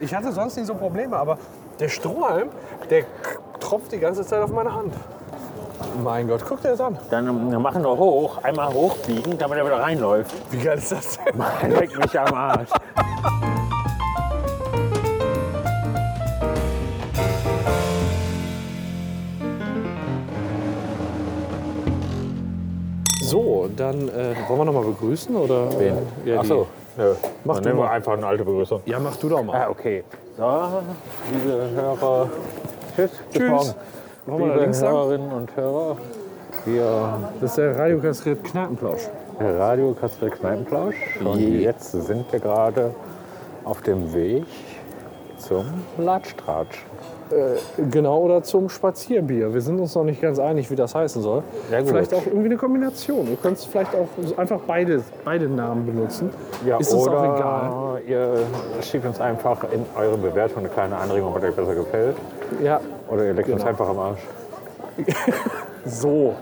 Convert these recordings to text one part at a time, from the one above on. Ich hatte sonst nicht so Probleme, aber der Strohhalm, der tropft die ganze Zeit auf meine Hand. Mein Gott, guck dir das an. Dann äh, machen wir hoch, einmal hochbiegen, damit er wieder reinläuft. Wie geil ist das denn? Man leck mich am Arsch. So, dann äh, wollen wir noch mal begrüßen oder? Wen? Ja, Ach die- so. Nö. Mach Dann du nehmen wir mal. einfach eine alte Begrüßung. Ja, mach du doch mal. Ah, okay. So, liebe Hörer, tschüss. bis Tschüss. morgen. Wollen wir da Liebe links lang? Hörerinnen und Hörer, wir Das ist der radiokastriert Kneipenplausch. Radio Kassel Kneipenplausch. Und Je. jetzt sind wir gerade auf dem Weg zum Latsch-Tratsch. Genau, oder zum Spazierbier. Wir sind uns noch nicht ganz einig, wie das heißen soll. Ja, gut. Vielleicht auch irgendwie eine Kombination. Du könntest vielleicht auch einfach beide, beide Namen benutzen. ist uns oder auch egal. ihr schickt uns einfach in eure Bewertung eine kleine Anregung, was euch besser gefällt. Ja, Oder ihr leckt Genau. uns einfach am Arsch. so.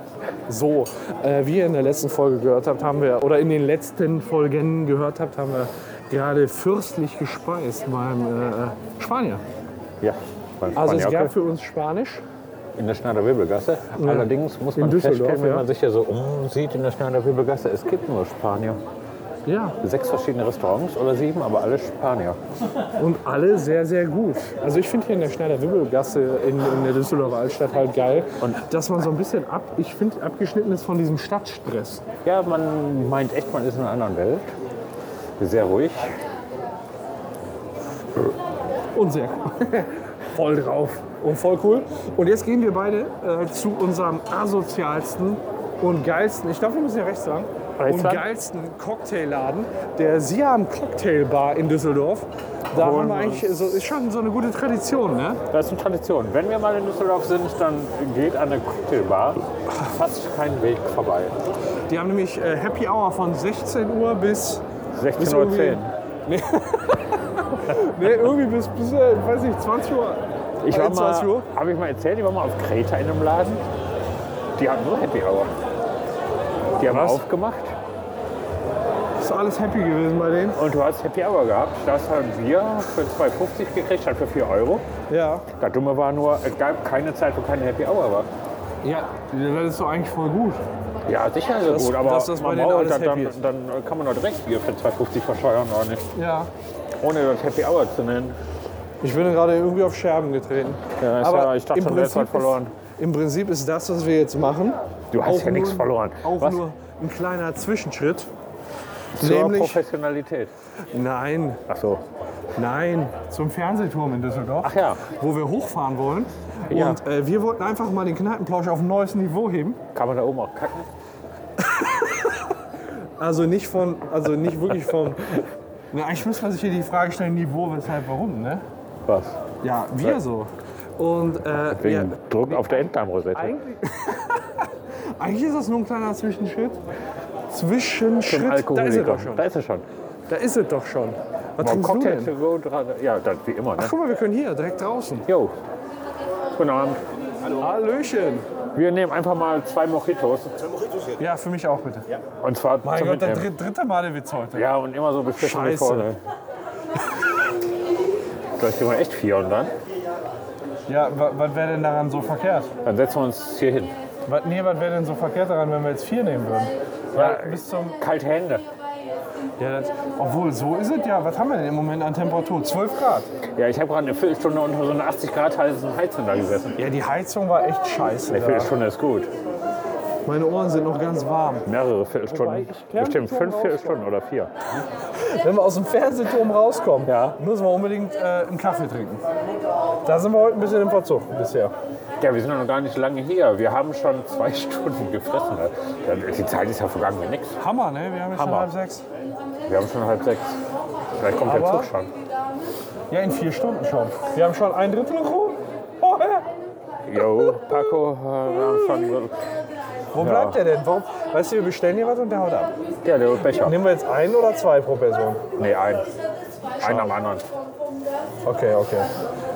So. Äh, wie ihr in der letzten Folge gehört habt, haben wir, oder in den letzten Folgen gehört habt, haben wir gerade fürstlich gespeist beim äh, Spanier. Ja, beim Also es Spaniakel gab für uns Spanisch. in der Schneider Wirbelgasse. Allerdings muss In man Düsseldorf, feststellen, wenn ja. man sich hier so umsieht in der Schneider Wirbelgasse, es gibt nur Spanier. Ja. Sechs verschiedene Restaurants oder sieben, aber alle Spanier. Und alle sehr, sehr gut. Also ich finde hier in der Schneider-Wibbel-Gasse in, in der Düsseldorfer Altstadt halt geil, dass man so ein bisschen ab, ich finde, abgeschnitten ist von diesem Stadtstress. Ja, man meint echt, man ist in einer anderen Welt. Sehr ruhig. Und sehr cool. voll drauf. Und voll cool. Und jetzt gehen wir beide äh, zu unserem asozialsten und geilsten, ich glaube, wir müssen ja rechts sagen, Rechts und lang? geilsten Cocktailladen, der Siam Cocktail Bar in Düsseldorf. Da Holen haben wir wir eigentlich, so, ist schon so eine gute Tradition, ne? Das ist eine Tradition. Wenn wir mal in Düsseldorf sind, dann geht an der Cocktailbar fast kein Weg vorbei. Die haben nämlich äh, Happy Hour von 16 Uhr bis 16.10 Uhr. Nee, irgendwie bis, bis äh, weiß nicht, 20 Uhr. Ich war 21 mal, Uhr? habe ich mal erzählt, ich war mal auf Kreta in einem Laden. Die hatten nur Happy Hour. Die haben Was? aufgemacht Ist alles happy gewesen bei denen? und du hast Happy Hour gehabt. Da hast du ein Bier für 2,50 gekriegt, statt für 4 Euro. Ja. Das Dumme war nur, es gab keine Zeit, wo keine Happy Hour war. Ja, das ist doch eigentlich voll gut. Ja, sicher ist das, Dass- gut, aber dass das bei man denen braucht, alles dann, happy dann, dann kann man doch direkt Bier für 2,50 versteuern, oder nicht? Ja. Ohne das Happy Hour zu nennen. Ich bin gerade irgendwie auf Scherben getreten. Ja, ist ja- ich dachte im schon, du hättest Prinzip was verloren. Ist, Im Prinzip ist das, was wir jetzt machen, Du hast Auch ja nichts nur- verloren. auch Was? nur ein kleiner Zwischenschritt. Zur Nämlich, Professionalität. nein, Ach so. nein, zum Fernsehturm in Düsseldorf, Ach ja, wo wir hochfahren wollen. Ja. Und äh, wir wollten einfach mal den Kneipenplausch auf ein neues Niveau heben. kann man da oben auch kacken? Also nicht von, also nicht wirklich vom. Na, eigentlich müsste man sich hier die Frage stellen, Niveau, weshalb, warum, ne? Was? Ja, wir so. Und äh, ja, Wegen Druck auf der Enddarmrosette. eigentlich, eigentlich ist das nur ein kleiner Zwischenschritt. Zwischenschritt, Zum da ist es Alkoholiker. doch schon. Da ist er schon. Da ist es doch schon. Was Boah, trinkst du Cocktail denn? to go dran. Ja, das wie immer, ne? Guck mal, wir können hier, direkt draußen. Jo. Guten Abend. Hallöchen. Wir nehmen einfach mal zwei Mojitos. Ja, für mich auch bitte. Und zwar Mein zum Gott, der Mitnehmen. dr- dritte Mal der Witz heute. Ja, und immer so beschissen wie Scheiße. vorne. Vielleicht gehen wir echt vier und dann? Ja, wa- was wäre denn daran so verkehrt? Dann setzen wir uns hier hin. Was, nee, was wäre denn so verkehrt daran, wenn wir jetzt vier nehmen würden? Weil bis zum Kalte Hände. Ja, das, obwohl, so ist es ja. Was haben wir denn im Moment an Temperatur? 12 Grad. Ja, ich habe gerade eine Viertelstunde unter so einer 80 Grad heißen Heizung da gesessen. Ja, die Heizung war echt scheiße. Eine Viertelstunde ist gut. Meine Ohren sind noch ganz warm. Mehrere Viertelstunden. Bestimmt fünf Viertelstunden oder vier. Wenn wir aus dem Fernsehturm rauskommen, Ja. müssen wir unbedingt äh, einen Kaffee trinken. Da sind wir heute ein bisschen im Verzug bisher. Ja, wir sind noch gar nicht lange hier. Wir haben schon zwei Stunden gefressen. ne? Ja, Die Zeit ist ja vergangen wie nix. Hammer, ne? Wir haben jetzt Hammer. schon halb sechs. Wir haben schon halb sechs. Vielleicht kommt der Aber- Zug schon. Ja, in vier Stunden schon. Wir haben schon ein Drittel rum. Oh, ja. Jo, Paco, äh, wir haben schon... Wo bleibt der denn? Warum? Weißt du, wir bestellen hier was und der haut ab. Ja, der Becher. Nehmen wir jetzt einen oder zwei pro Person? Nee, ein. Einen am anderen. Okay, okay.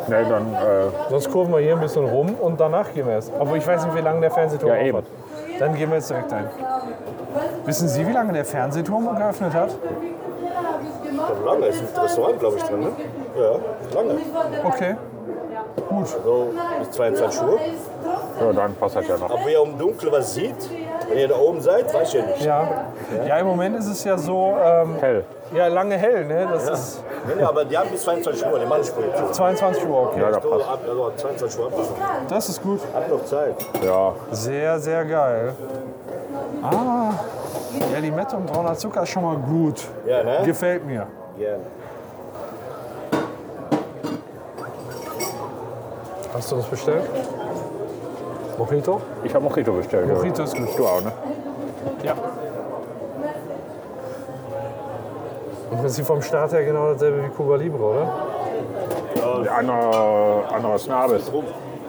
Nee, dann, äh, Sonst kurven wir hier ein bisschen rum und danach gehen wir erst. Obwohl ich weiß nicht, wie lange der Fernsehturm Ja, eben. aufhat. Dann gehen wir jetzt direkt ein. Wissen Sie, wie lange der Fernsehturm geöffnet hat? Lange ist ein Restaurant, glaube ich, drin, ne? Ja, lange. Okay. Gut. So, bis 22 Uhr. Ja, dann passt das ja noch. Ob ihr um Dunkel was sieht, wenn ihr da oben seid, weiß ich ja nicht. Ja. ja, im Moment ist es ja so, ähm, Hell. ja, lange hell, ne? Das ist Nee, nee, aber die haben bis 22 Uhr, die machen spät. 22 Uhr, okay. Ja, da So, passt. ab, also 22 Uhr ab. Das ist gut. Hat noch Zeit. Ja. Sehr, sehr geil. Ah, ja, die Mette und brauner Zucker ist schon mal gut. Ja, ne? Gefällt mir. Gerne. Hast du das bestellt? Mojito? Ich habe Mojito bestellt. Mojito ist gut. Du auch, ne? Ja. Im Prinzip vom Start her genau dasselbe wie Cuba Libre, oder? Anderer, anderer Schnabel.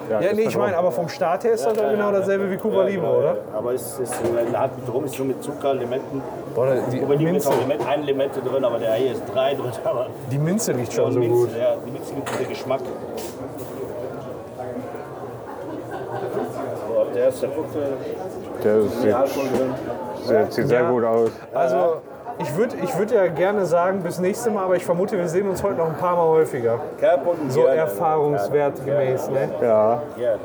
Ja, nee, ich meine, aber vom Start her ist das doch genau dasselbe wie Cuba Libre, oder? Aber es ist hat mit rum, ist nur mit Zucker, Limetten. Boah, die, Aber die ist Minze, auch Limette, eine Limette drin, aber der hier ist drei drin. Aber die Minze riecht schon so Minze, gut. Ja, die Minze gibt den Geschmack. So, ab der erste Punkte, Der sieht, Alkohol drin. sieht, sieht sehr Ja. gut aus. Also, ich würde ich würd ja gerne sagen, bis nächstes Mal, aber ich vermute, wir sehen uns heute noch ein paar Mal häufiger. Kerlpunkten, So gerne. erfahrungswertgemäß, ne? Ja. Gerne.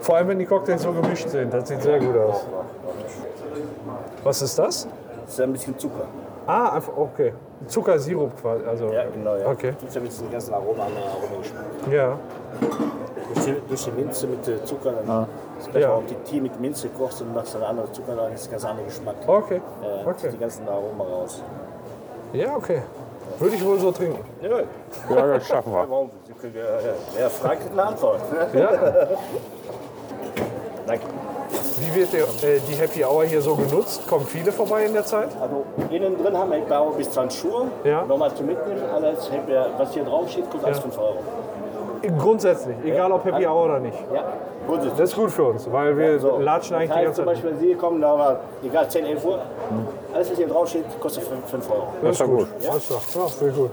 Vor allem, wenn die Cocktails so gemischt sind. Das sieht sehr gut aus. Was ist das? Das ist ein bisschen Zucker. Ah, einfach, okay. Zuckersirup quasi. Also, Ja, genau. Ja. Okay. Gibt ja mit diesem ganzen Aroma an Aromengeschmack. Ja. Durch die, durch die Minze mit äh, Zucker, dann ist gleich Ja. auch, ob die Tee mit Minze kochst und machst dann andere Zucker, dann ist ein ganz anderer Geschmack. Okay. Äh, Oh, Okay. Die ganzen Aromen raus. Ja, okay. Würde ich wohl so trinken. Ja, ja, das schaffen wir. warum? Sie können, ja, ja. Wer fragt, hat eine Antwort. Ne? Ja. Danke. Wie wird der, äh, die Happy Hour hier so genutzt? Kommen viele vorbei in der Zeit? Also innen drin haben wir Happy Hour bis 20 Uhr. Ja. Nochmal zum Mitnehmen. Alles, Happy Hour, was hier drauf steht, kostet alles 5 Euro. Grundsätzlich, egal ob Happy Hour oder nicht. Ja. Gut ist. Das ist gut für uns, weil wir So. latschen eigentlich die das heißt, ganze zum Zeit. Beispiel, wenn Sie kommen, da war egal 10, 11 Uhr. Alles, was hier drauf steht, kostet 5 Euro. Das ist ja gut. Alles klar. Ja, sehr gut.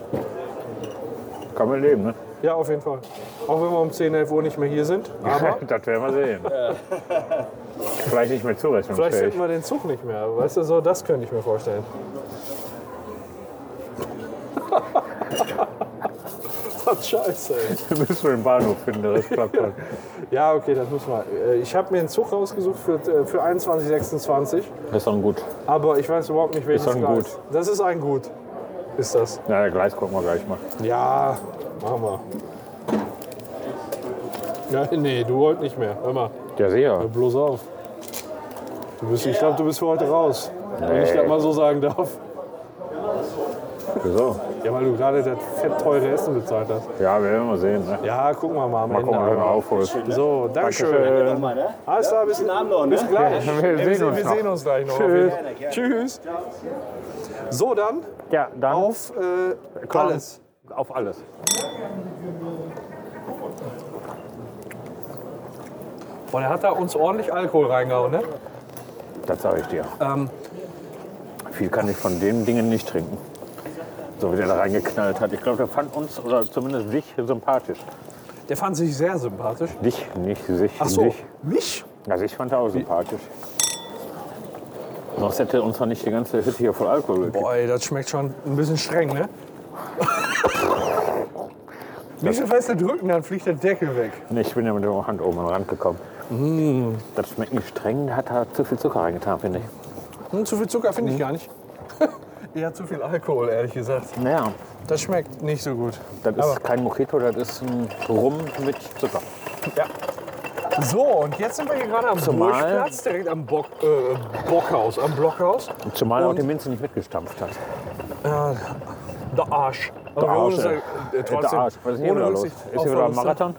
Kann man leben, ne? Ja, auf jeden Fall. Auch wenn wir um 10, 11 Uhr nicht mehr hier sind. Aber das werden wir sehen. Vielleicht nicht mehr Vielleicht zurechnungsfähig. finden wir den Zug nicht mehr. Weißt du, so das könnte ich mir vorstellen. Was scheiße, ey. Wir müssen den Bahnhof finden, das klappt schon. Ja, okay, das müssen wir. Äh, Ich habe mir einen Zug rausgesucht für, äh, für 21,26, Das ist dann gut. aber ich weiß überhaupt nicht, welches Ist doch ein Gleis. Das ist ein Gut, ist das. Na, der Gleis gucken wir gleich mal. Ja, machen wir. Ja, nee, du heute nicht mehr. Hör mal, Ja, hör sicher. bloß auf. Du bist, ich glaube, du bist für heute raus, wenn ich Nee. das mal so sagen darf. Wieso? Ja, weil du gerade das fett teure Essen bezahlt hast. Ja, wir werden mal sehen. Ne? Ja, gucken wir mal am Mal Ende. gucken, ob du noch aber. aufholst. So, danke schön. Dankeschön. Nochmal, ne? Äh, Alles klar, bis, Guten Abend noch, ne? bis gleich. Wir Ey, sehen uns wir noch. sehen uns gleich noch. Tschüss. Gerne, gerne. Tschüss. So, dann Ja, dann auf äh, Korn. alles. auf alles. Boah, der hat da uns ordentlich Alkohol reingehauen, ne? Das sage ich dir. Ähm. Viel kann ich von den Dingen nicht trinken. So wie der da reingeknallt hat. Ich glaube, der fand uns oder zumindest dich sympathisch. Der fand sich sehr sympathisch. Dich nicht, sich, Ach so, dich. mich? Also ich fand er auch sympathisch. Sonst hätte uns doch nicht die ganze Hütte hier voll Alkohol gekriegt. Boah, ey, das schmeckt schon ein bisschen streng, ne? Nicht so feste drücken, dann fliegt der Deckel weg. Nee, ich bin ja mit der Hand oben an den Rand gekommen. Das schmeckt nicht streng, da hat er zu viel Zucker reingetan, finde ich. Hm, zu viel Zucker finde ich gar nicht. Eher zu viel Alkohol, ehrlich gesagt. Naja, Das schmeckt nicht so gut. das ist kein Mojito, das ist ein Rum mit Zucker. So, und jetzt sind wir hier gerade am Zumal- Burschplatz, direkt am Bock, äh, Bockhaus, am Blockhaus. Zumal er auch Und- die Minze nicht mitgestampft hat. Der Arsch. Aber Der wir holen Arsch, uns ey. da- äh, Der trotzdem, Arsch, was ist hier ohne wieder los? Rücksicht Ist auf ne? hier wieder ein Verluste. Marathon?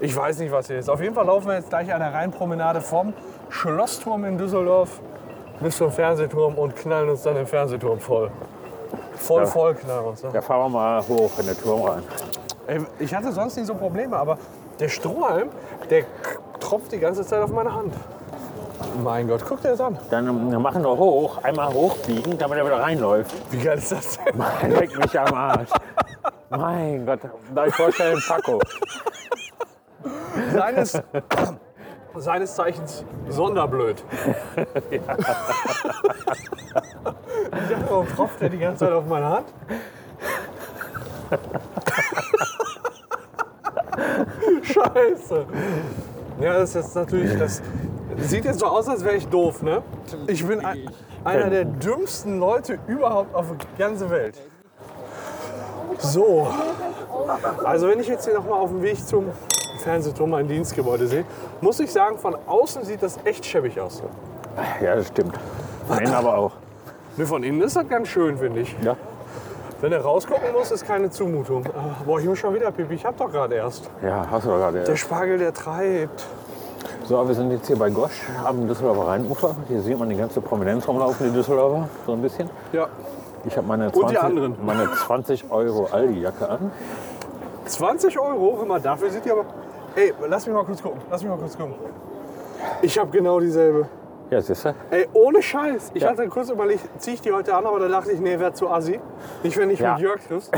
Ich weiß nicht, was hier ist. Auf jeden Fall laufen wir jetzt gleich an der Rheinpromenade vom Schlossturm in Düsseldorf bis zum Fernsehturm und knallen uns dann im Fernsehturm voll. Voll, Ja. voll knallen uns. Ne? Da fahren wir mal hoch in den Turm rein. Ey, Ich hatte sonst nicht so Probleme, aber der Strohhalm, der k- tropft die ganze Zeit auf meine Hand. Mein Gott, guck dir das an. Dann äh, machen wir hoch, einmal hochbiegen, damit er wieder reinläuft. Wie geil ist das denn? Leck mich am Arsch. Mein Gott, darf ich vorstellen, Paco. Seines, seines Zeichens sonderblöd. ich dachte, warum tropft der die ganze Zeit auf meine Hand? Scheiße. Ja, das ist jetzt natürlich. Das sieht jetzt so aus, als wäre ich doof, ne? Ich bin ein, einer der dümmsten Leute überhaupt auf der ganzen Welt. So. Also, wenn ich jetzt hier nochmal auf dem Weg zum Fernsehturm mein Dienstgebäude sehe, muss ich sagen, von außen sieht das echt schäbig aus. Ja, das stimmt. Nein, aber auch. Ne, von innen ist das ganz schön, finde ich. Ja. Wenn er rausgucken muss, ist keine Zumutung. Ah, Boah, ich muss schon wieder pipi. Ich hab doch gerade erst. Ja, hast du doch gerade. Der Spargel, der treibt. So, wir sind jetzt hier bei Gosch am Düsseldorfer Rheinufer. Hier sieht man die ganze Prominenz rumlaufen, die Düsseldorfer, so ein bisschen. Ja. Ich habe meine, die 20 anderen. meine 20 Euro Aldi-Jacke an. 20 Euro, hör mal, dafür sieht die aber. Ey, lass mich mal kurz gucken. Lass mich mal kurz gucken. Ich hab genau dieselbe. Ja, siehst du? Ey, ohne Scheiß. Ich hatte kurz überlegt, zieh ich die heute an, aber da dachte ich, nee, wär zu assi. Nicht, wenn ich Ja. mit Jörg triffst.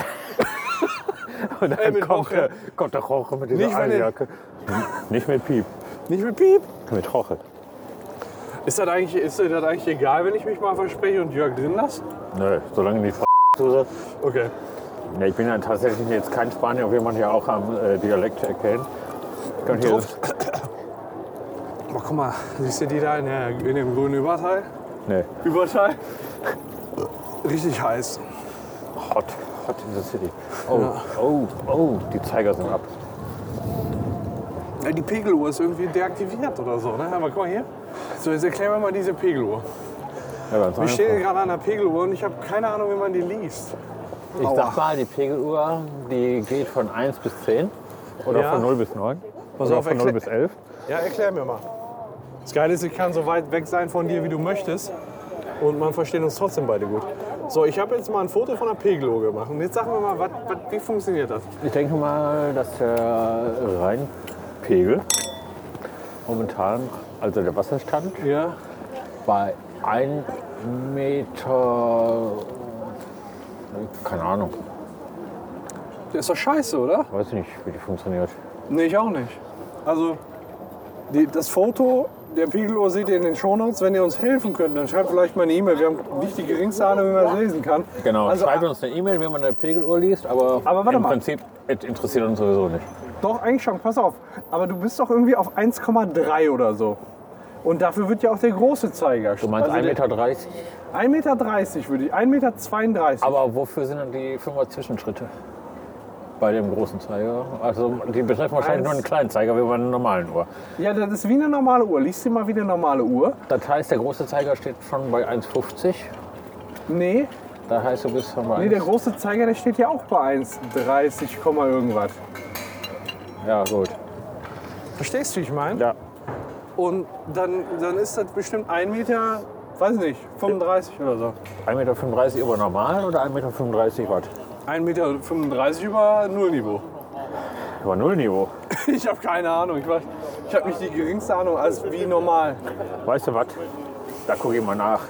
Und dann Ey, mit kommt, Roche. der, kommt der Roche mit dieser Nicht, wenn er- Aldi-Jacke. Nicht mit Piep, Nicht mit Piep. mit Roche. Ist das eigentlich, ist dir das eigentlich egal, wenn ich mich mal verspreche und Jörg drin lasse? Nö, solange nicht zusagt. Okay. Ja, ich bin ja tatsächlich jetzt kein Spanier, wie man hier auch am äh, Dialekt erkennt. Ich kann hier, Aber guck mal, siehst du die da in, der, in dem grünen Überteil? nee, Überteil? Richtig heiß. hot, hot in the city. Oh, oh, oh, die Zeiger sind ab. Ja, die Pegeluhr ist irgendwie deaktiviert oder so. Ne? Aber guck mal hier. So, jetzt erklären wir mal diese Pegeluhr. Ja, ganz Wir stehen hier einfach. gerade an einer Pegeluhr und ich habe keine Ahnung, wie man die liest. ich sag mal, die Pegeluhr, die geht von 1 bis 10 oder Ja. von 0 bis 9 Pass oder auf, von 0 erklä- bis 11. Ja, erklär mir mal. Das Geile ist, ich kann so weit weg sein von dir, wie du möchtest. Und man versteht uns trotzdem beide gut. So, ich habe jetzt mal ein Foto von der Pegeluhr gemacht. Und jetzt sag mir mal, wat, wat, wie funktioniert das? Ich denke mal, dass der Rheinpegel momentan, also der Wasserstand, Ja, bei 1 Meter, keine Ahnung, das ist doch scheiße, oder? weiß nicht, wie die funktioniert. Nee, ich auch nicht. Also, die, das Foto der Pegeluhr seht ihr in den Shownotes. Wenn ihr uns helfen könnt, dann schreibt vielleicht mal eine E-Mail. Wir haben nicht die geringste Ahnung, wie man das lesen kann. Genau, Also, schreibt uns eine E-Mail, wenn man eine Pegeluhr liest, aber, Aber warte im mal. Prinzip et- interessiert uns sowieso nicht. Doch, eigentlich schon, pass auf. Aber du bist doch irgendwie auf 1,3 oder so. Und dafür wird ja auch der große Zeiger. Du meinst also 1,30 der- Meter, 1,30 Meter würde ich, 1,32 Meter. aber wofür sind dann die Firma Zwischenschritte? Bei dem großen Zeiger. Also die betreffen wahrscheinlich Eins. nur einen kleinen Zeiger wie bei einer normalen Uhr. Ja, das ist wie eine normale Uhr. Lies dir mal wie eine normale Uhr. Das heißt, der große Zeiger steht schon bei 1,50. Nee, Das heißt, du bist schon bei nee der 1. große Zeiger, der steht ja auch bei 1,30, Komma irgendwas. Ja, gut. Verstehst du, wie ich meine? Ja. Und dann, dann ist das bestimmt 1 Meter, weiß nicht, 35 oder so. 1,35 Meter über normal oder 1,35 Meter Watt? 1,35 Meter über Nullniveau. Über Nullniveau. Ich habe keine Ahnung. Ich, weiß- ich habe nicht die geringste Ahnung als wie normal. Weißt du was? Da gucke ich mal nach.